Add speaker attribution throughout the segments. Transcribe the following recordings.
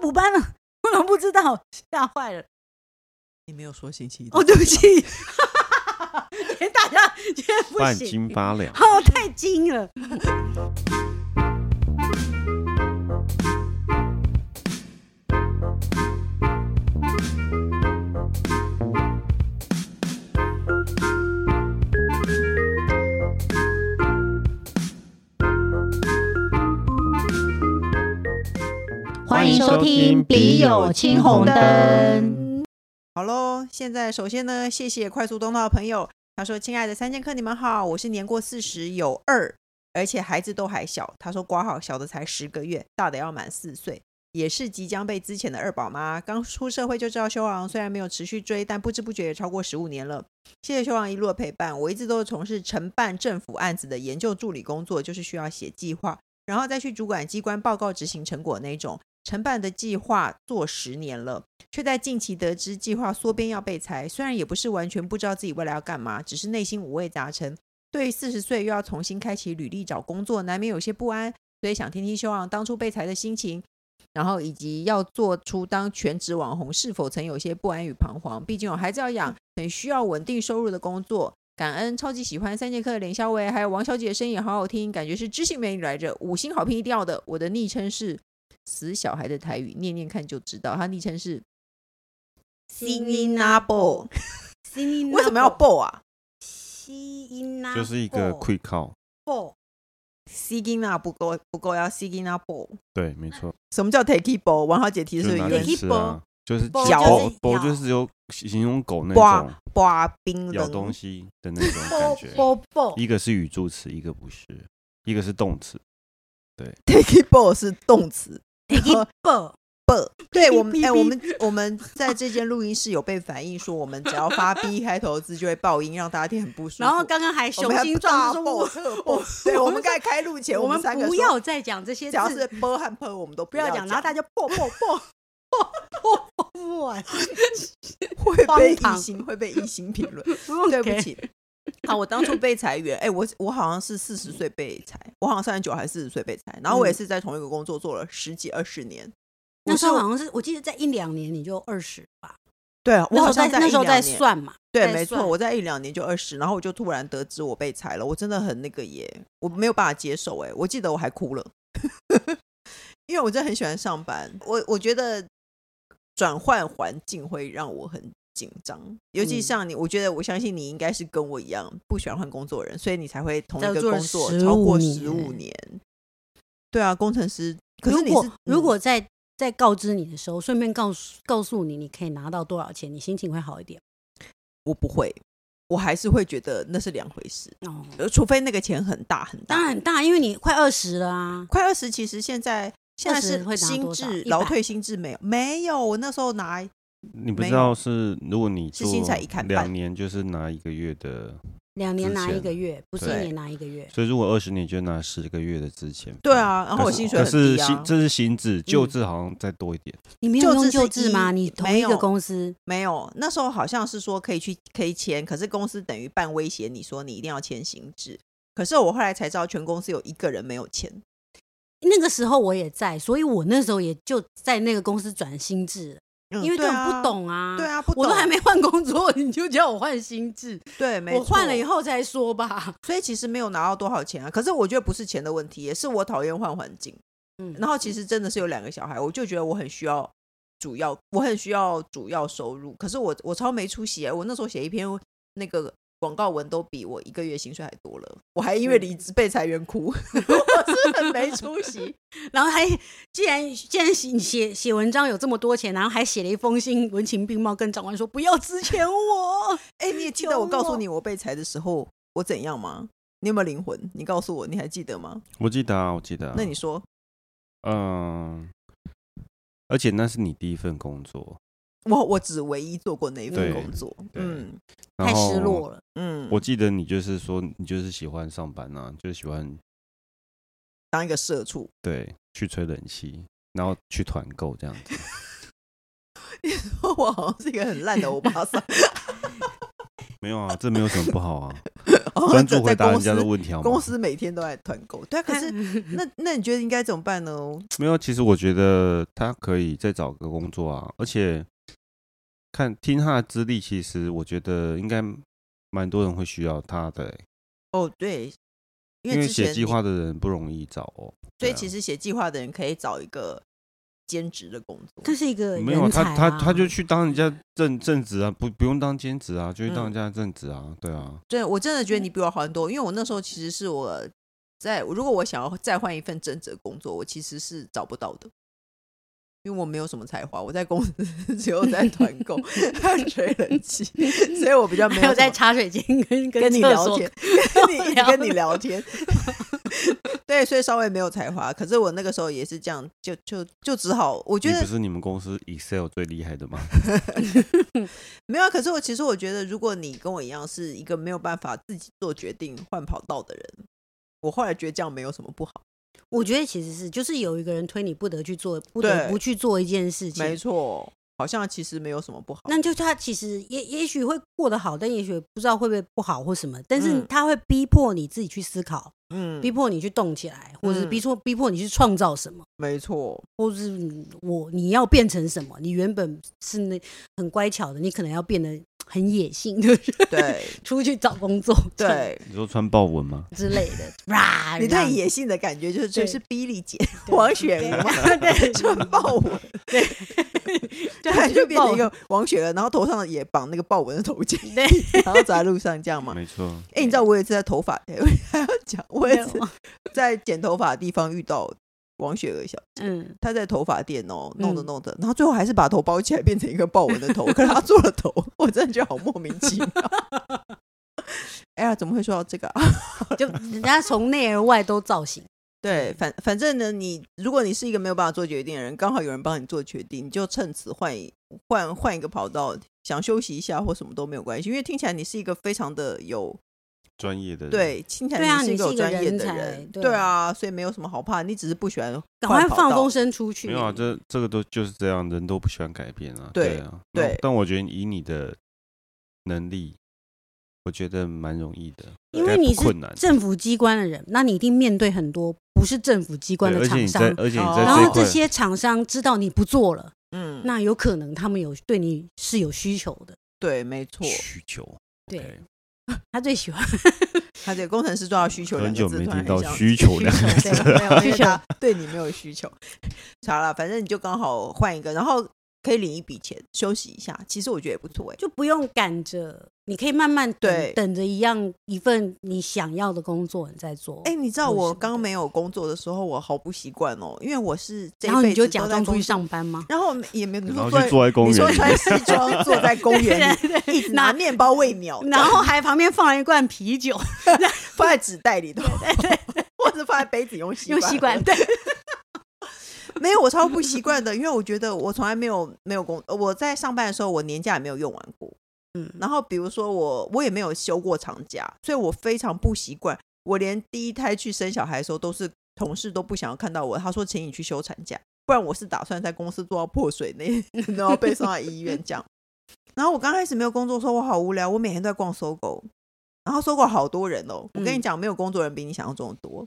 Speaker 1: 补班了，我怎么不知道？吓坏了！
Speaker 2: 你没有说星期一的
Speaker 1: 哦，对不起， 连大家 也不
Speaker 3: 半
Speaker 1: 行，
Speaker 3: 斤八两。
Speaker 1: 哦，太精了。
Speaker 3: 欢迎收听笔友青红灯。
Speaker 2: 好喽，现在首先呢，谢谢快速动到的朋友，他说：“亲爱的三剑客，你们好，我是年过四十有二，而且孩子都还小。”他说：“挂号小的才十个月，大的要满四岁，也是即将被之前的二宝妈。刚出社会就知道修昂，虽然没有持续追，但不知不觉也超过十五年了。谢谢修昂一路的陪伴，我一直都是从事承办政府案子的研究助理工作，就是需要写计划，然后再去主管机关报告执行成果那种。承办的计划做十年了。”却在近期得知计划缩编要被裁，虽然也不是完全不知道自己未来要干嘛，只是内心五味杂陈。对于四十岁又要重新开启履历找工作，难免有些不安，所以想听听修昂当初被裁的心情，然后以及要做出当全职网红是否曾有些不安与彷徨。毕竟有孩子要养，很需要稳定收入的工作。感恩超级喜欢三节课的连肖维，还有王小姐的声音也好好听，感觉是知性美女来着，五星好评一定要的。我的昵称是死小孩的台语，念念看就知道，他昵称是 s i n i n a b o 为什么要 bo 啊
Speaker 1: 吸音啊？
Speaker 3: 就是一个 quick call，
Speaker 2: s i g i n a 不够不够，要 s i g i n a b o
Speaker 3: 对，没错，
Speaker 2: 什么叫 take it bo？王小姐提
Speaker 3: 就
Speaker 2: 示
Speaker 3: 是拿着
Speaker 2: 原
Speaker 1: 原
Speaker 3: 吃啊，就是
Speaker 1: 包
Speaker 2: 嚼
Speaker 3: 包
Speaker 1: 包
Speaker 3: 包就是有形容狗那
Speaker 2: 刮
Speaker 3: 种
Speaker 2: 刮冰
Speaker 3: 咬东
Speaker 2: 冷
Speaker 3: 西的那种感
Speaker 1: 啵
Speaker 3: 觉。
Speaker 1: 啵啵，
Speaker 3: 一个是语助词，一个不是，一个是动词。
Speaker 2: take it bo 是动词。
Speaker 1: 一啵，
Speaker 2: bo 对
Speaker 1: 哔
Speaker 2: 我 们
Speaker 1: 哔
Speaker 2: 哎、
Speaker 1: 哔
Speaker 2: 我们我们在这间录音室有被反映说，我们只要发 b 开头字就会爆音，让大家听很不舒服。
Speaker 1: 然后刚刚还
Speaker 2: 我
Speaker 1: 雄
Speaker 2: 们还
Speaker 1: 心
Speaker 2: 大
Speaker 1: 壮志说
Speaker 2: bo
Speaker 1: 我
Speaker 2: 特
Speaker 1: 我
Speaker 2: bo 对，
Speaker 1: 我
Speaker 2: 我
Speaker 1: 们
Speaker 2: 们刚才开录前，
Speaker 1: 我
Speaker 2: 们
Speaker 1: 们
Speaker 2: 三个
Speaker 1: 不
Speaker 2: 说
Speaker 1: 要再讲这些
Speaker 2: 只要是
Speaker 1: 字，
Speaker 2: bo 和 per，我们都
Speaker 1: 不要
Speaker 2: 讲
Speaker 1: 讲，，然后大家啵啵啵。啵啵不 完，
Speaker 2: 会
Speaker 1: 荒
Speaker 2: 被
Speaker 1: 唐
Speaker 2: 一星会被一星评 论。对
Speaker 1: 对
Speaker 2: 不，起。啊，我当初被裁员，哎、我我好像是四十岁被裁，我好像三十九还是四十岁被裁，然后我也
Speaker 1: 嗯
Speaker 2: 是在同一个工作做了十几二十年。
Speaker 1: 那
Speaker 2: 我
Speaker 1: 时
Speaker 2: 是
Speaker 1: 候好像是我记得在一两年你就二十吧，
Speaker 2: 对啊，
Speaker 1: 那
Speaker 2: 我
Speaker 1: 时
Speaker 2: 好
Speaker 1: 候
Speaker 2: 像
Speaker 1: 在那时候
Speaker 2: 一两
Speaker 1: 在
Speaker 2: 年，
Speaker 1: 算嘛，
Speaker 2: 对，
Speaker 1: 在
Speaker 2: 没错，
Speaker 1: 算
Speaker 2: 我在一两年就二十，然后我就突然得知我被裁了，我真的很那个耶，我没有办法接受，哎，我记得我还哭了， 因为我真的很喜欢上班，我我觉得转换环境会让我很。紧张，尤其
Speaker 1: 嗯
Speaker 2: 像你，我觉得我相信你应该是跟我一样不喜欢换工作的人，所以你才会同一
Speaker 1: 才
Speaker 2: 个
Speaker 1: 做了
Speaker 2: 工作
Speaker 1: 15
Speaker 2: 超过
Speaker 1: 年
Speaker 2: 十五年。对啊，工程师。可是嗯
Speaker 1: 如
Speaker 2: 你是
Speaker 1: 果如果在在告知你的时候，顺便告诉告诉你，你可以拿到多少钱，你心情会好一点。
Speaker 2: 我不会，我还是会觉得那是两回事，
Speaker 1: 哦，
Speaker 2: 呃除非那个钱很大很大。
Speaker 1: 当然很大，因为你快二十了啊。
Speaker 2: 快二十，其实现在现在是
Speaker 1: 会拿
Speaker 2: 心
Speaker 1: 多少
Speaker 2: 智
Speaker 1: 100
Speaker 2: 劳退心智没有没有，我那时候拿
Speaker 3: 你不
Speaker 2: 没
Speaker 3: 知
Speaker 2: 有
Speaker 3: 道是，如果你
Speaker 2: 是
Speaker 3: 做
Speaker 2: 薪才一看半
Speaker 3: 两年就是拿一个月的，
Speaker 1: 两年拿
Speaker 3: 之前
Speaker 1: 一个月，不是
Speaker 3: 对
Speaker 1: 一年拿一个月。
Speaker 3: 所以如果二十年就拿十个月的之前。
Speaker 2: 对，啊，然后
Speaker 3: 可
Speaker 2: 我
Speaker 3: 是
Speaker 2: 薪水
Speaker 3: 可
Speaker 2: 很低
Speaker 3: 是薪
Speaker 2: 啊，
Speaker 3: 这是薪资，旧制好像再多一点。
Speaker 1: 你没有
Speaker 2: 旧
Speaker 1: 用
Speaker 2: 制是
Speaker 1: 旧制吗？
Speaker 2: 一
Speaker 1: 你同
Speaker 2: 没
Speaker 1: 一
Speaker 2: 有
Speaker 1: 个公司，
Speaker 2: 没有那时候好像是说可以去可以签，可是公司等于半威胁你说你一定要签薪制。可是我后来才知道，全公司有一个人没有签，
Speaker 1: 那个时候我也在，所以我那时候也就在那个公司转薪制了，
Speaker 2: 嗯
Speaker 1: 因为
Speaker 2: 对
Speaker 1: 根
Speaker 2: 啊
Speaker 1: 本不懂啊。
Speaker 2: 对啊，不懂
Speaker 1: 我都还没换工作， 你就叫我换薪制，
Speaker 2: 对，没
Speaker 1: 我换了以
Speaker 2: 后，
Speaker 1: 后再说吧。
Speaker 2: 所以其实没有拿到多少钱啊。可是我觉得不是钱的问题，也是我讨厌换环境。
Speaker 1: 嗯，
Speaker 2: 然后其实真的是有两个小孩，我就觉得我很需要主要，我很需要主要收入。可是我我超没出息欸，我那时候写一篇那个广告文都比我一个月薪水还多了，我还因为
Speaker 1: 嗯
Speaker 2: 离职被裁员哭， 我是很没出息。
Speaker 1: 然后还既然既然写写写文章有这么多钱，然后还写了一封信，文情并茂跟长官说不要 支遣我。
Speaker 2: 哎、你也记 得我告诉你我被裁的时候我怎样吗？你有没有灵魂？你告诉我，你还记得吗？
Speaker 3: 我记得啊，我记得啊。
Speaker 2: 那你说，
Speaker 3: 嗯，而且那是你第一份工作，
Speaker 2: 我我只唯一做过那一份
Speaker 3: 对
Speaker 2: 工作，
Speaker 3: 对
Speaker 2: 嗯
Speaker 3: 然
Speaker 1: 太失
Speaker 3: 后
Speaker 1: 落了，
Speaker 2: 嗯，
Speaker 3: 我记得你就是说，你就是喜欢上班啊，就是喜欢
Speaker 2: 当一个社畜，
Speaker 3: 对去吹冷气，然后去团购这样子。
Speaker 2: 我好像是一个很烂的欧巴桑。
Speaker 3: 没有啊，这没有什么不好啊。
Speaker 4: 专
Speaker 2: 专
Speaker 4: 注回答人家的问题好吗
Speaker 2: 公？司每天都在团购，对啊，可 是那那你觉得应该怎么办呢？
Speaker 4: 没有，啊其实我觉得他可以再找个工作啊，而且看听他的资历，其实我觉得应该蛮多人会需要他的欸、
Speaker 2: 哦，对，因
Speaker 4: 因为
Speaker 2: 之前
Speaker 4: 写计
Speaker 2: 你，
Speaker 4: 划的人不容易找哦。
Speaker 2: 所
Speaker 4: 对
Speaker 2: 以
Speaker 4: 啊
Speaker 2: 其实写计划的人可以找一个兼职的工作。
Speaker 1: 他是一个
Speaker 4: 没有
Speaker 1: 人才
Speaker 4: 他
Speaker 1: 啊、
Speaker 4: 他他就去当人家正正职啊，不不用当兼职啊，就去当
Speaker 2: 嗯
Speaker 4: 人家的正职啊，对啊，
Speaker 2: 对我真的觉得你比我好很多，因为我那时候其实是我在，如果我想要再换一份正职的工作，我其实是找不到的，因为我没有什么才华，我在公司 只有在团 购、吹冷气，所以我比较没
Speaker 1: 还有
Speaker 2: 什
Speaker 1: 在
Speaker 2: 么
Speaker 1: 茶水间跟
Speaker 2: 跟
Speaker 1: 厕
Speaker 2: 你聊
Speaker 1: 所
Speaker 2: 天， 跟你
Speaker 1: 聊
Speaker 2: 跟你聊 天。对，所以稍微没有才华，可是我那个时候也是这样，就就就只好，我觉
Speaker 4: 你
Speaker 2: 得
Speaker 4: 不是你们公司 Excel 最厉害的吗？
Speaker 2: 没有啊。可是我其实我觉得，如果你跟我一样是一个没有办法自己做决定换跑道的人，我后来觉得这样没有什么不好。
Speaker 1: 我觉得其实是，就是有一个人推你不得去做，不得
Speaker 2: 对
Speaker 1: 不去做一件事情
Speaker 2: 没，错，好像其实没有什么不好。
Speaker 1: 那就他其实也也许会过得好，但也许不知道会不会不好或什么，但是
Speaker 2: 嗯
Speaker 1: 他会逼迫你自己去思考，
Speaker 2: 嗯
Speaker 1: 逼，迫你去动起来，或者是
Speaker 2: 嗯
Speaker 1: 逼迫逼迫你去创造什么，
Speaker 2: 没 错，
Speaker 1: 或是我你要变成什么？你原本是那很乖巧的，你可能要变得很野性， 就是
Speaker 2: 对
Speaker 1: 出去找工作，
Speaker 2: 对。
Speaker 4: 你说穿豹纹吗？
Speaker 1: 之类的，哇，
Speaker 2: 你
Speaker 1: 这样
Speaker 2: 对野性的感觉就是就
Speaker 1: 对
Speaker 2: 是 Billy 姐、
Speaker 1: 对
Speaker 2: 王雪
Speaker 1: 对
Speaker 2: 娥嘛，
Speaker 1: 对，
Speaker 2: 穿豹纹，
Speaker 1: 对
Speaker 2: 对，就变成
Speaker 1: 豹
Speaker 2: 一个王雪娥，然后头上也绑那个豹纹的头 巾，
Speaker 1: 对，
Speaker 2: 然后走在路上这样 嘛。
Speaker 4: 没错，
Speaker 2: 哎，你知道我有一次在头发， 哎我还要讲，我有一次在剪头发的地方遇到王雪娥小姐，
Speaker 1: 嗯，
Speaker 2: 她在头发店哦，弄着
Speaker 1: 嗯
Speaker 2: 弄着，然后最后还是把头包起来变成一个豹纹的 头，可是她做了头，我真的觉得好莫名其妙。 哎呀，怎么会说到这个啊？
Speaker 1: 就人家从内而外都造 型。
Speaker 2: 对，反反正呢，你如果你是一个没有办法做决定的人，刚好有人帮你做决定，你就趁此换一换换一个跑道，想休息一下或什么都没有关系，因为听起来你是一个非常的有
Speaker 4: 专业的人，
Speaker 2: 对，听起
Speaker 1: 对
Speaker 2: 来
Speaker 1: 啊
Speaker 2: 你是
Speaker 1: 你
Speaker 2: 个
Speaker 1: 是
Speaker 2: 有
Speaker 1: 一个
Speaker 2: 专业
Speaker 1: 人
Speaker 2: 的
Speaker 1: 才
Speaker 2: 人，
Speaker 1: 对
Speaker 2: 对啊，所以没有什么好怕，你只是不喜欢
Speaker 1: 赶快
Speaker 2: 换跑
Speaker 1: 放
Speaker 2: 道
Speaker 1: 风声出去。
Speaker 4: 没有啊，这这个都就是这样，人都不喜欢改变啊。
Speaker 2: 对
Speaker 4: 啊，
Speaker 2: 对
Speaker 4: 那但我觉得以你的能力，我觉得蛮容易的，
Speaker 1: 因为
Speaker 4: 应该不
Speaker 1: 你是
Speaker 4: 困难，啊
Speaker 1: 政府机关的人，那你一定面对很多不是政府机关
Speaker 4: 对，
Speaker 1: 的
Speaker 4: 而且
Speaker 1: 厂
Speaker 4: 你在，
Speaker 1: 商，
Speaker 4: 而且你
Speaker 2: 哦
Speaker 4: 在
Speaker 1: 然
Speaker 4: 一
Speaker 1: 后
Speaker 4: 块
Speaker 1: 这些厂商知道你不做了，
Speaker 2: 嗯，
Speaker 1: 那有可能他们有对你是有需求的。
Speaker 2: 对，没错，
Speaker 4: 需求，
Speaker 1: 对
Speaker 4: OK
Speaker 1: 他最喜欢
Speaker 2: 他对工程师做到需求两
Speaker 4: 很
Speaker 2: 个
Speaker 4: 久
Speaker 2: 字，
Speaker 4: 没
Speaker 2: 突
Speaker 4: 听
Speaker 2: 然
Speaker 4: 到
Speaker 2: 很想
Speaker 4: 需求两个
Speaker 1: 需
Speaker 4: 字
Speaker 1: 求
Speaker 4: 了，
Speaker 2: 对，没有，因
Speaker 1: 需
Speaker 2: 为
Speaker 1: 求
Speaker 2: 他对你没有需求。好了，反正你就刚好换一个，然后可以领一笔钱休息一下。其实我觉得也不错哎、
Speaker 1: 就不用赶着，你可以慢慢等
Speaker 2: 对
Speaker 1: 等着一样一份你想要的工作，你再做。
Speaker 2: 哎、你知道
Speaker 1: 为
Speaker 2: 我
Speaker 1: 什么
Speaker 2: 刚
Speaker 1: 的
Speaker 2: 没有工作的时候，我好不习惯哦，因为我是这
Speaker 1: 然后
Speaker 2: 一辈
Speaker 1: 你就
Speaker 2: 子
Speaker 1: 假
Speaker 2: 都在
Speaker 1: 装出去
Speaker 2: 工作，
Speaker 1: 上班吗？
Speaker 2: 然后 也没有你
Speaker 4: 然
Speaker 2: 说
Speaker 4: 后
Speaker 2: 坐
Speaker 4: 去
Speaker 2: 在
Speaker 4: 坐在公
Speaker 2: 你
Speaker 4: 园
Speaker 2: 说
Speaker 4: 里
Speaker 2: 穿
Speaker 4: 面，
Speaker 2: 西装坐在公 园里，
Speaker 1: 对
Speaker 2: 一直拿
Speaker 1: 拿
Speaker 2: 面包喂鸟，
Speaker 1: 然后还旁边放了一罐啤 酒，
Speaker 2: 放在纸袋里头， 或者放在杯子 用吸
Speaker 1: 用吸管。对，
Speaker 2: 没有，我超不习惯的，因为我觉得我从来没有没有工，呃我在上班的时候，我年假也没有用完过。
Speaker 1: 嗯，
Speaker 2: 然后比如说我我也没有休过长假，所以我非常不习惯。我连第一胎去生小孩的时候，都是同事都不想要看到我，他说请你去休产假，不然我是打算在公司做到破水那一天，然后被送到医院这样。然后我刚开始没有工作的时候，我好无聊，我每天都在逛搜狗，然后搜狗好多人哦。我跟你
Speaker 1: 嗯
Speaker 2: 讲，没有工作人比你想象中的多。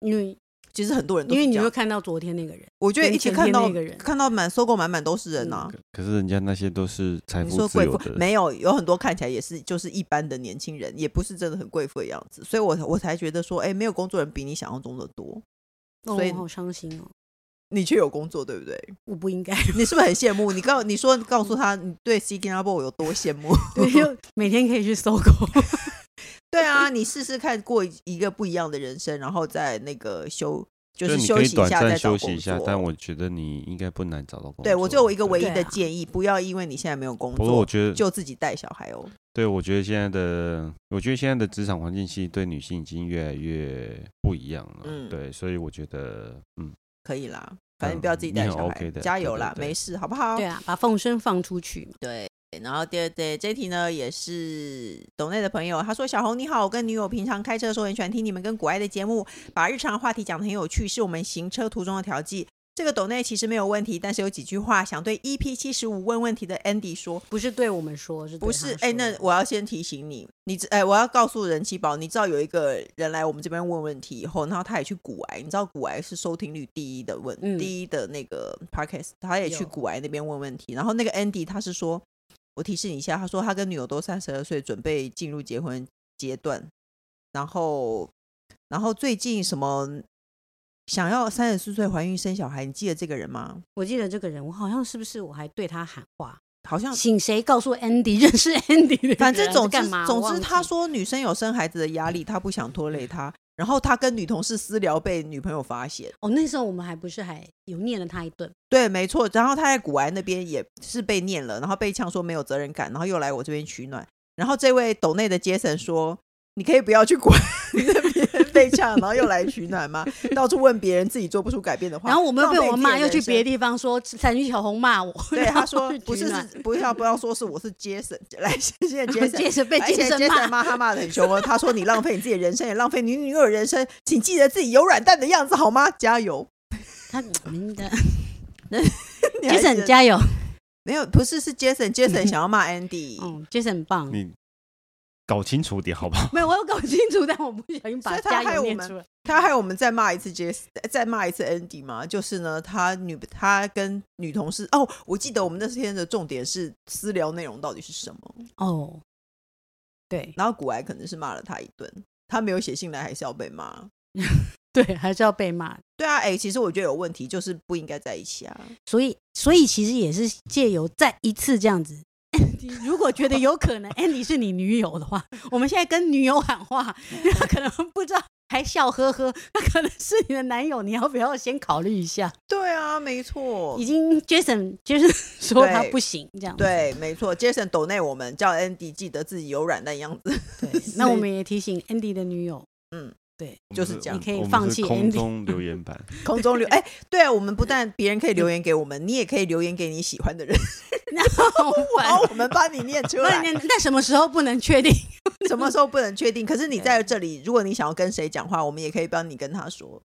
Speaker 1: 因为
Speaker 2: 其实很多人都
Speaker 1: 因为
Speaker 2: 是
Speaker 1: 你
Speaker 2: 这样
Speaker 1: 就看到昨天那个人，
Speaker 2: 我就
Speaker 1: 跟
Speaker 2: 一直
Speaker 1: 前
Speaker 2: 看
Speaker 1: 天
Speaker 2: 到
Speaker 1: 那个人嗯
Speaker 2: 看到满搜狗满满都是人啊。
Speaker 4: 可是人家那些都是财
Speaker 2: 你
Speaker 4: 富
Speaker 2: 说
Speaker 4: 自
Speaker 2: 贵
Speaker 4: 由
Speaker 2: 妇
Speaker 4: 的，
Speaker 2: 没有，有很多看起来也是就是一般的年轻人，也不是真的很贵妇的样子，所以我我才觉得说，哎，没有工作人比你想象中的多，
Speaker 1: 哦，
Speaker 2: 所以
Speaker 1: 我好伤心哦，
Speaker 2: 你却有工作，对不 对？
Speaker 1: 我不应该。
Speaker 2: 你是不是很羡慕？你告你说告诉他你对 C K n a b o 有多 羡慕？
Speaker 1: 对，就每天可以去搜狗。
Speaker 2: 对啊，你试试看过一个不一样的人生，然后再那个休就
Speaker 4: 就是你
Speaker 2: 休
Speaker 4: 可以
Speaker 2: 息一
Speaker 4: 短
Speaker 2: 下再
Speaker 4: 暂
Speaker 2: 找
Speaker 4: 休
Speaker 2: 工
Speaker 4: 息
Speaker 2: 作。
Speaker 4: 一下，但我觉得你应该不难找到工作。
Speaker 2: 对我只有一个唯一
Speaker 1: 对
Speaker 2: 的
Speaker 1: 啊
Speaker 2: 建议，不要因为你现在没有工
Speaker 4: 不过我
Speaker 2: 作，
Speaker 4: 觉得
Speaker 2: 就自己带小孩哦。
Speaker 4: 对，我觉得现在的，我觉得现在的职场环境其实对女性已经越来越不一样了。
Speaker 2: 嗯
Speaker 4: 对，所以我觉得，嗯，
Speaker 2: 可以啦，反正
Speaker 4: 嗯
Speaker 2: 不要自己
Speaker 4: 你
Speaker 2: 带
Speaker 4: 很
Speaker 2: 小孩，
Speaker 4: OK 的
Speaker 2: 加
Speaker 4: 对
Speaker 2: 油
Speaker 4: 对
Speaker 2: 啦，
Speaker 4: 对
Speaker 2: 没事，好不好？
Speaker 1: 对啊，把风声放出去嘛。
Speaker 2: 对然后第二对这一题呢，也是董内的朋友，他说：“小红你好，我跟女友平常开车的时候很喜欢听你们跟古爱的节目，把日常话题讲得很有趣，是我们行车途中的调剂。这个抖内其实没有问题，但是有几句话想对 EP 七十五问问题的 Andy 说。
Speaker 1: 不是对我们说，是对
Speaker 2: 不是
Speaker 1: 他，
Speaker 2: 哎、
Speaker 1: 说
Speaker 2: 那我要先提醒你，你知哎、我要告诉人气宝，你知道有一个人来我们这边问问题以后，然后他也去古癌，你知道古癌是收听率第一的问、
Speaker 1: 嗯
Speaker 2: 第一的那个 podcast，他也去
Speaker 1: 有
Speaker 2: 古癌那边问问题，然后那个 Andy 他是说，我提示你一下，他说他跟女友都三十二岁，准备进入结婚阶段，然后然后最近什么想要三十四岁怀孕生小孩，你记得这个人吗？
Speaker 1: 我记得这个人，我好像是不是我还对他喊话，
Speaker 2: 好像
Speaker 1: 请谁告诉 Andy 认识 Andy 的人
Speaker 2: 反正
Speaker 1: 是
Speaker 2: 总之
Speaker 1: 干嘛？我
Speaker 2: 总
Speaker 1: 忘
Speaker 2: 之，
Speaker 1: 记
Speaker 2: 他说女生有生孩子的压力，他不想拖累她。然后他跟女同事私聊被女朋友发现，
Speaker 1: 哦，那时候我们还不是还有念了他一顿，
Speaker 2: 对，没错。然后他在古玩那边也是被念了，然后被呛说没有责任感，然后又来我这边取暖。然后这位抖内的杰森说：“你可以不要去管 那边被呛，然后又来取暖吗？到处问别人自己做不出改变的 话，
Speaker 1: 然后我们又被
Speaker 2: 浪费
Speaker 1: 我
Speaker 2: 自己
Speaker 1: 妈
Speaker 2: 的
Speaker 1: 又去
Speaker 2: 人生
Speaker 1: 别的地方说闪去小红骂我，
Speaker 2: 对
Speaker 1: 然
Speaker 2: 他
Speaker 1: 后
Speaker 2: 说
Speaker 1: 去
Speaker 2: 不是
Speaker 1: 取暖哦
Speaker 2: 是不要不要说是我是杰森， 来谢谢
Speaker 1: 然
Speaker 2: 杰
Speaker 1: 后
Speaker 2: 森，
Speaker 1: 杰森被
Speaker 2: 而
Speaker 1: 杰
Speaker 2: 且
Speaker 1: 森
Speaker 2: 杰
Speaker 1: 骂
Speaker 2: 森骂他骂的很凶哦。他说你浪费你自己的人生，也浪费你女友的人生，请记得自己有软蛋的样子好吗？加油！
Speaker 1: 他嗯的
Speaker 2: 你还记得
Speaker 1: ，Jason 加油，
Speaker 2: 没有不是是杰森，杰森想要骂 Andy，、
Speaker 1: 嗯，Jason 很棒。
Speaker 4: 你搞清楚点好不好？
Speaker 1: 没有，我有搞清楚，但我不小心
Speaker 2: 所
Speaker 1: 把
Speaker 2: 以他
Speaker 1: 加
Speaker 2: 害
Speaker 1: 油
Speaker 2: 我
Speaker 1: 念
Speaker 2: 们
Speaker 1: 出来。
Speaker 2: 他还有我们再骂一次杰森，再骂一次 Andy 嘛？就是呢，他女他跟女同事哦，我记得我们那天的重点是私聊内容到底是什么，
Speaker 1: 哦，对
Speaker 2: 然后古埃可能是骂了他一顿，他没有写信来，还是要被骂。
Speaker 1: 对，还是要被骂。
Speaker 2: 对啊，哎、其实我觉得有问题，就是不应该在一起啊。
Speaker 1: 所以，所以其实也是借由再一次这样子。 你如果觉得有可能 Andy 是你女友的话，我们现在跟女友喊话，她可能不知道，还笑呵呵，那可能是你的男友，你要不要先考虑一下？
Speaker 2: 对啊，没错
Speaker 1: 已，经 Jason Jason 说他
Speaker 2: 哦对
Speaker 1: 不行，这样子
Speaker 2: 对，没错。Jason 抖内我们叫 Andy 记得自己有软蛋样子，
Speaker 1: 对。那我们也提醒 Andy 的女友，
Speaker 2: 嗯，
Speaker 1: 对，
Speaker 2: 就是这
Speaker 4: 我
Speaker 2: 样
Speaker 4: 们
Speaker 1: 你可以
Speaker 4: 我们
Speaker 1: 放
Speaker 4: 是
Speaker 1: 弃
Speaker 4: 空
Speaker 1: Andy
Speaker 4: 中留言板，
Speaker 2: 空中留 哎、对啊，我们不但别人可以留言给我们，你也可以留言给你喜欢的人，
Speaker 1: 那好
Speaker 2: 然
Speaker 1: 烦
Speaker 2: 后。我们帮你念出
Speaker 1: 不然
Speaker 2: 来。
Speaker 1: 那那什么时候不能确 定？
Speaker 2: 什么时候不能确定？可是你在这里，如果你想要跟谁讲话，我们也可以帮你跟他说，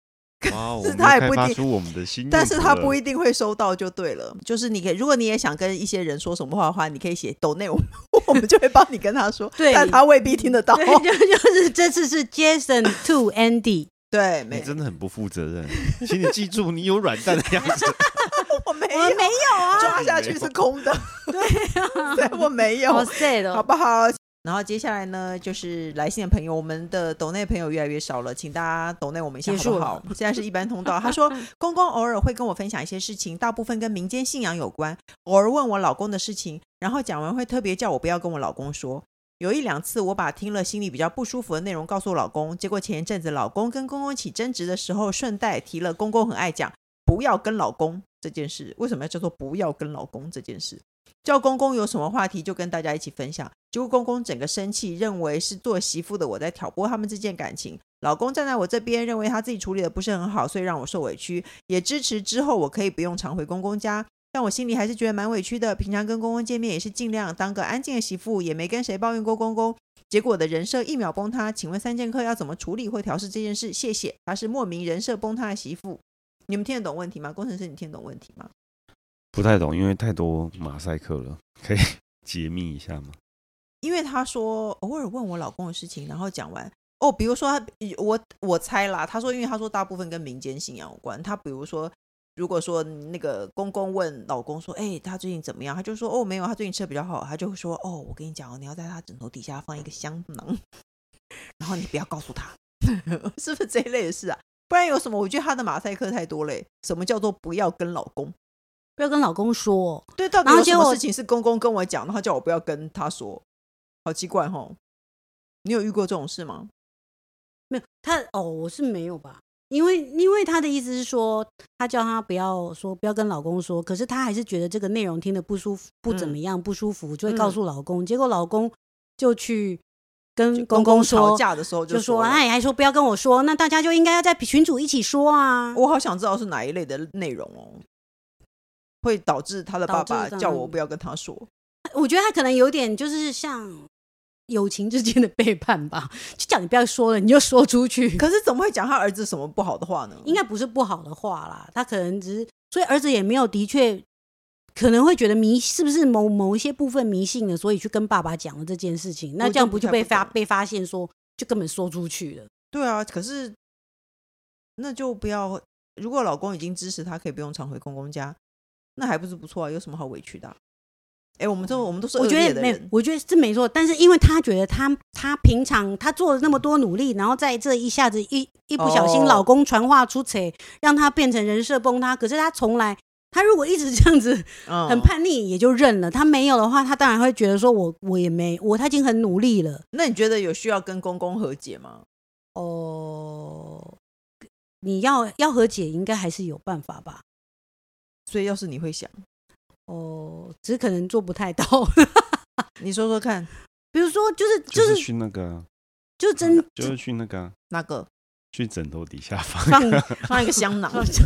Speaker 4: 哇，我
Speaker 2: 是
Speaker 4: 们
Speaker 2: 他也
Speaker 4: 开
Speaker 2: 不一
Speaker 4: 发
Speaker 2: 定
Speaker 4: 出我们的心，
Speaker 2: 但是他不一定会收到就对了。就是你可以，如果你也想跟一些人说什么话的话，你可以写抖内，我们 我们就会帮你跟他说，
Speaker 1: 对
Speaker 2: 但他未必听得到。
Speaker 1: 对， 就就是这次是 Jason to Andy，
Speaker 2: 对，
Speaker 4: 你
Speaker 2: 没，
Speaker 4: 真的很不负责任，请你记住，你有软蛋的样 子。
Speaker 2: 我没
Speaker 1: 我们
Speaker 2: 有
Speaker 1: 没有啊，
Speaker 2: 抓下去是空的， 对我没有
Speaker 1: 好，sad
Speaker 2: 好
Speaker 1: 哦。
Speaker 2: 不好？然后接下来呢，就是来信的朋友，我们的抖内朋友越来越少了，请大家抖内我们一下
Speaker 1: 结
Speaker 2: 好
Speaker 1: 束
Speaker 2: 不
Speaker 1: 了
Speaker 2: 好？现在是一般通 道。他说，公公偶尔会跟我分享一些事情，大部分跟民间信仰有关，偶尔问我老公的事情，然后讲完会特别叫我不要跟我老公说。有一两次，我把听了心里比较不舒服的内容告诉我老公，结果前一阵子老公跟公公起争执的时候，顺带提了公公很爱讲不要跟老公这件事。为什么要叫做不要跟老公这件事？叫公公有什么话题就跟大家一起分享。结果公公整个生气，认为是做媳妇的我在挑拨他们之间感情。老公站在我这边，认为他自己处理的不是很好，所以让我受委屈，也支持之后我可以不用常回公公家。但我心里还是觉得蛮委屈的。平常跟公公见面也是尽量当个安静的媳妇，也没跟谁抱怨过公公。结果我的人设一秒崩塌，请问三剑客要怎么处理或调试这件事？谢谢，他是莫名人设崩塌的媳妇。你们听得懂问题吗？工程师，你听得懂问题吗？
Speaker 4: 不太懂，因为太多马赛克了，可以解密一下吗？
Speaker 2: 因为他说偶尔问我老公的事情，然后讲完哦，比如说他，我我猜啦，他说因为他说大部分跟民间信仰有关，他比如说如果说那个公公问老公说，哎、他最近怎么样？他就说哦没有，他最近吃的比较好，他就会说哦，我跟你讲哦，你要在他枕头底下放一个香囊， 然后你不要告诉他， 是不是这一类的事啊？不然有什么？我觉得他的马赛克太多嘞。什么叫做不要跟老公？
Speaker 1: 不要跟老公说，
Speaker 2: 对，到底
Speaker 1: 然后
Speaker 2: 有什
Speaker 1: 结
Speaker 2: 么
Speaker 1: 果
Speaker 2: 事情是公公跟我讲，然后叫我不要跟他说，好奇怪吼！你有遇过这种事吗？
Speaker 1: 没有他哦，我是没有吧。因为，因为他的意思是说，他叫他不要说，不要跟老公说。可是他还是觉得这个内容听得不舒服，不怎么
Speaker 2: 嗯
Speaker 1: 样，不舒服，就会告诉老公。结果老公就去跟嗯公
Speaker 2: 公
Speaker 1: 说，
Speaker 2: 吵架的时候
Speaker 1: 就
Speaker 2: 说
Speaker 1: 说，
Speaker 2: 了，
Speaker 1: 哎，还说不要跟我说，那大家就应该要在群主一起说啊。
Speaker 2: 我好想知道是哪一类的内容哦，会导致他的
Speaker 1: 导
Speaker 2: 爸
Speaker 1: 致
Speaker 2: 爸
Speaker 1: 这样
Speaker 2: 叫我不要跟他说。
Speaker 1: 我觉得他可能有点就是像友情之间的背叛吧，就叫你不要说了，你就说出去。
Speaker 2: 可是怎么会讲他儿子什么不好的话呢？
Speaker 1: 应该不是不好的话啦，他可能只是所以儿子也没有的确可能会觉得迷，是不是某某一些部分迷信了，所以去跟爸爸讲了这件事情，那
Speaker 2: 我
Speaker 1: 这
Speaker 2: 就
Speaker 1: 样
Speaker 2: 不
Speaker 1: 不就
Speaker 2: 太
Speaker 1: 被
Speaker 2: 不
Speaker 1: 发
Speaker 2: 懂
Speaker 1: 被发现说就根本说出去了？
Speaker 2: 对啊，可是那就不要。如果老公已经支持她，可以不用常回公公家，那还不是不错啊？有什么好委屈的啊、哎，我们这我们都是
Speaker 1: 哦我
Speaker 2: 恶
Speaker 1: 觉
Speaker 2: 劣
Speaker 1: 得
Speaker 2: 的
Speaker 1: 没
Speaker 2: 人，，
Speaker 1: 我觉得是没错，但是因为他觉得他他平常他做了那么多努力，然后在这一下子一一不小心，
Speaker 2: 哦
Speaker 1: 老公传话出贼，让他变成人设崩塌。可是他从来，他如果一直这样子
Speaker 2: 嗯
Speaker 1: 很。叛逆，也就认了。他没有的话，他当然会觉得说我我也没我他已经很努力了。
Speaker 2: 那你觉得有需要跟公公和解吗？
Speaker 1: 哦，你要要和解，应该还是有办法吧？
Speaker 2: 所以要是你会想，
Speaker 1: 哦，只是可能做不太到。
Speaker 2: 你说说看
Speaker 1: 比如说，就是就
Speaker 4: 就是
Speaker 1: 是
Speaker 4: 去那个啊，
Speaker 1: 就真
Speaker 4: 就是去那个啊，
Speaker 2: 哪个
Speaker 4: 去枕头底下放。
Speaker 1: 放
Speaker 2: 放一个香囊
Speaker 1: 放生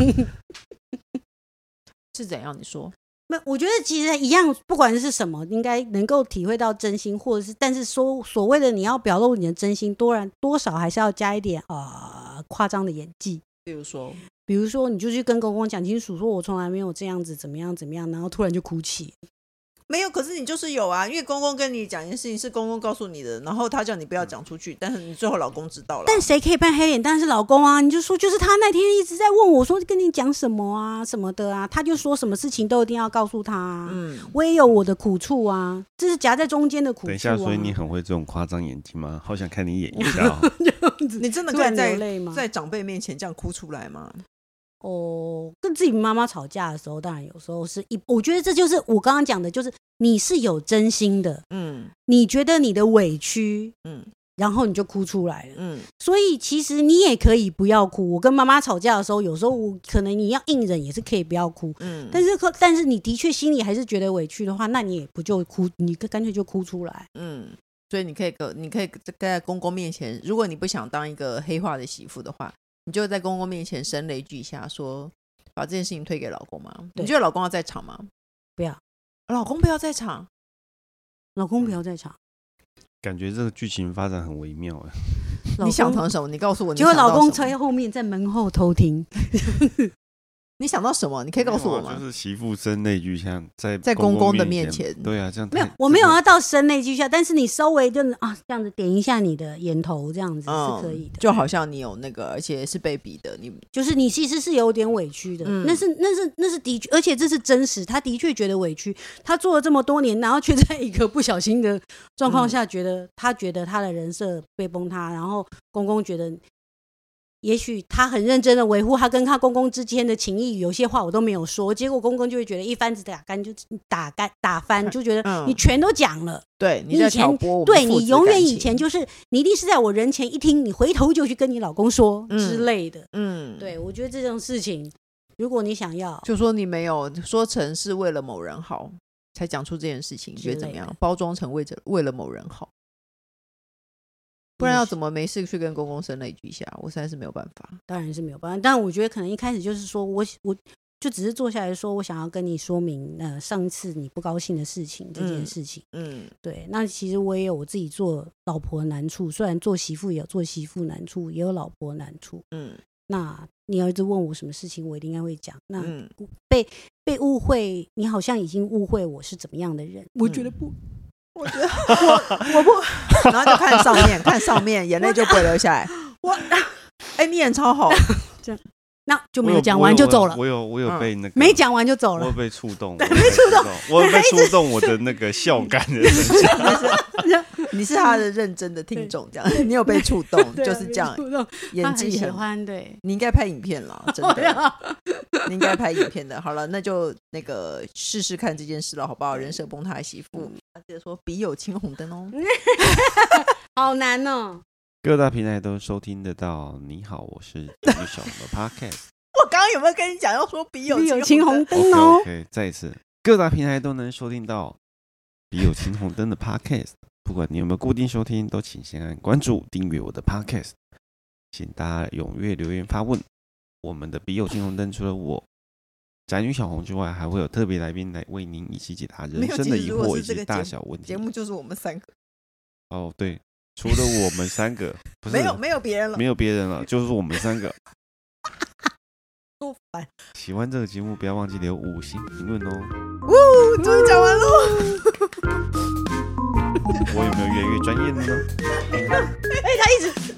Speaker 2: 是怎样？你说
Speaker 1: 没，我觉得其实一样，不管是什么，应该能够体会到真心，或者是，但是说所谓的你要表露你的真心，多然多少还是要加一点啊、呃夸张的演技。
Speaker 2: 比如说，
Speaker 1: 比如说，你就去跟公公讲清楚，说我从来没有这样子，怎么样怎么样，然后突然就哭泣。
Speaker 2: 没有，可是你就是有啊，因为公公跟你讲一件事情是公公告诉你的，然后他叫你不要讲出去，但是你最后老公知道了。
Speaker 1: 嗯但谁可以扮黑脸？当然是老公啊！你就说，就是他那天一直在问我说跟你讲什么啊什么的啊，他就说什么事情都一定要告诉他、啊。
Speaker 2: 嗯，
Speaker 1: 我也有我的苦处啊，这是夹在中间的苦处、啊。
Speaker 4: 等一下，所以你很会这种夸张演技吗？好想看你演一下哦。
Speaker 2: 你真的
Speaker 1: 突
Speaker 2: 可
Speaker 1: 然流
Speaker 2: 以在
Speaker 1: 泪吗？
Speaker 2: 在长辈面前这样哭出来吗？
Speaker 1: 哦，跟自己妈妈吵架的时候，当然有时候是一，我觉得这就是我刚刚讲的，就是你是有真心的，
Speaker 2: 嗯
Speaker 1: 你觉得你的委屈，
Speaker 2: 嗯
Speaker 1: 然后你就哭出来了。
Speaker 2: 嗯，
Speaker 1: 所以其实你也可以不要哭。我跟妈妈吵架的时候，有时候我可能你要硬忍也是可以不要哭，
Speaker 2: 嗯，
Speaker 1: 但是可但是你的确心里还是觉得委屈的话，那你也不就哭，你干脆就哭出来。
Speaker 2: 嗯，所以你可以跟你可以在公公面前，如果你不想当一个黑化的媳妇的话，你就在公公面前声雷俱下说，把这件事情推给老公嘛。你
Speaker 1: 对
Speaker 2: 觉得老公要在场吗？
Speaker 1: 不要，
Speaker 2: 老公不要在场，
Speaker 1: 老公不要再吵，
Speaker 4: 感觉这个剧情发展很微妙哎。
Speaker 1: 老
Speaker 2: 你
Speaker 1: 公
Speaker 2: 想到什么？你告诉我，你
Speaker 1: 结果
Speaker 2: 想到
Speaker 1: 老公
Speaker 2: 什么
Speaker 1: 在后面在门后偷听，
Speaker 2: 你想到什么？你可
Speaker 4: 可
Speaker 2: 以告诉
Speaker 4: 啊
Speaker 2: 我
Speaker 4: 就
Speaker 2: 吗？
Speaker 4: 是媳妇声泪俱下，在
Speaker 2: 在
Speaker 4: 公
Speaker 2: 公公的面
Speaker 4: 面
Speaker 2: 前
Speaker 4: 对啊，这样
Speaker 1: 没有
Speaker 4: 太，
Speaker 1: 我没有
Speaker 4: 这个
Speaker 1: 要到声泪俱下，但是你稍微就是啊，这样子点一下你的眼头，这样子是可以的。
Speaker 2: 就好像你有那个，而且是被逼的，你
Speaker 1: 就是你其实是有点委屈的，
Speaker 2: 嗯
Speaker 1: 那是那是那是的确，而且这是真实，他的确觉得委屈，他做了这么多年，然后却在一个不小心的状
Speaker 2: 嗯
Speaker 1: 况下，觉得、他觉得他的人设被崩塌，然后公公觉得。也许他很认真的维护他跟他公公之间的情谊，有些话我都没有说，结果公公就会觉得一竿子打干就打干打翻，就觉得
Speaker 2: 嗯
Speaker 1: 你全都讲了，
Speaker 2: 对你
Speaker 1: 你
Speaker 2: 在
Speaker 1: 以前
Speaker 2: 挑拨我们
Speaker 1: 对
Speaker 2: 父
Speaker 1: 你
Speaker 2: 子
Speaker 1: 永
Speaker 2: 感
Speaker 1: 远以
Speaker 2: 情
Speaker 1: 前就是你一定是在我人前一听，你回头就去跟你老公说
Speaker 2: 嗯
Speaker 1: 之类的。
Speaker 2: 嗯，，
Speaker 1: 对我觉得这种事情，如果你想要，
Speaker 2: 就说你没有说成是为了某人好才讲出这件事情，你
Speaker 1: 之
Speaker 2: 觉得怎么
Speaker 1: 类的
Speaker 2: 样？包装成为着为了某人好，不然
Speaker 1: 也
Speaker 2: 要
Speaker 1: 许
Speaker 2: 怎么没事去跟公公声泪俱下？我实在是没有办法。
Speaker 1: 当然是没有办法。但我觉得可能一开始就是说我我就只是坐下来说，我想要跟你说明，呃，上次你不高兴的事情这件
Speaker 2: 嗯
Speaker 1: 事情。
Speaker 2: 嗯
Speaker 1: 对，那其实我也有我自己做老婆的难处，虽然做媳妇也有做媳妇难处，也有老婆的难处。
Speaker 2: 嗯
Speaker 1: 那你儿子问我什么事情，我一定该会讲。那、
Speaker 2: 嗯，
Speaker 1: 被误会，你好像已经误会我是怎么样的人。我觉得
Speaker 2: 嗯
Speaker 1: 不，
Speaker 2: 我觉得我我不，然后就看上面看上面，眼泪就不会流下来。我 哎，你演超好，
Speaker 1: 那就
Speaker 4: 我
Speaker 1: 没有讲
Speaker 4: 我
Speaker 1: 完就
Speaker 4: 我
Speaker 1: 走了，
Speaker 4: 我有我有
Speaker 2: 嗯
Speaker 4: 被那个
Speaker 1: 没，讲完就走
Speaker 4: 我
Speaker 1: 了
Speaker 4: 有。被触动，对，被触动，我有被触动我的那个笑感的 人。
Speaker 2: 你是他的认真的听众，这样你有被触动，
Speaker 1: 对
Speaker 2: 就
Speaker 1: 啊
Speaker 2: 是
Speaker 1: 没
Speaker 2: 这样，
Speaker 1: 触动他
Speaker 2: 演
Speaker 1: 很
Speaker 2: 技
Speaker 1: 喜
Speaker 2: 很。
Speaker 1: 欢，对，
Speaker 2: 你应该拍影片 了，真
Speaker 1: 对
Speaker 2: 的，
Speaker 1: 啊，
Speaker 2: 你应该拍影片的。好了，那就那个试试看这件事了，好不好？人设崩塌的媳妇，记得说笔友青红灯哦。
Speaker 1: 好难哦。
Speaker 4: 各大平台都收听得到。你好，我是李小的 Podcast。
Speaker 2: 我刚刚有没有跟你讲要说笔友
Speaker 1: 有有青红
Speaker 2: 灯？
Speaker 1: 灯
Speaker 4: OK
Speaker 1: 哦，
Speaker 4: OK，再一次，各大平台都能收听到笔友青红灯的 Podcast。不 管你有没有固定收听，都请先按关注、订阅我的 Podcast。请大家踊跃留言发问。我们的笔友青红灯除了我。宅女小红之外，还会有特别来宾来为您一起解答人
Speaker 2: 没有
Speaker 4: 生
Speaker 2: 其
Speaker 4: 的
Speaker 2: 实
Speaker 4: 疑
Speaker 2: 如果
Speaker 4: 惑
Speaker 2: 是
Speaker 4: 以
Speaker 2: 这
Speaker 4: 及
Speaker 2: 个
Speaker 4: 大
Speaker 2: 节
Speaker 4: 小问题。
Speaker 2: 节目就是我们三个，
Speaker 4: 哦，对，除了我们 三个，不是
Speaker 2: 没有没有别人了
Speaker 4: 没。有别人了，就是我们三个。
Speaker 1: 不烦。
Speaker 4: 喜欢这个节目，不要忘记留五星评论哦。
Speaker 2: 哦，终于讲完喽。
Speaker 4: 我有没有越来越专业了呢？
Speaker 1: 哎，他一直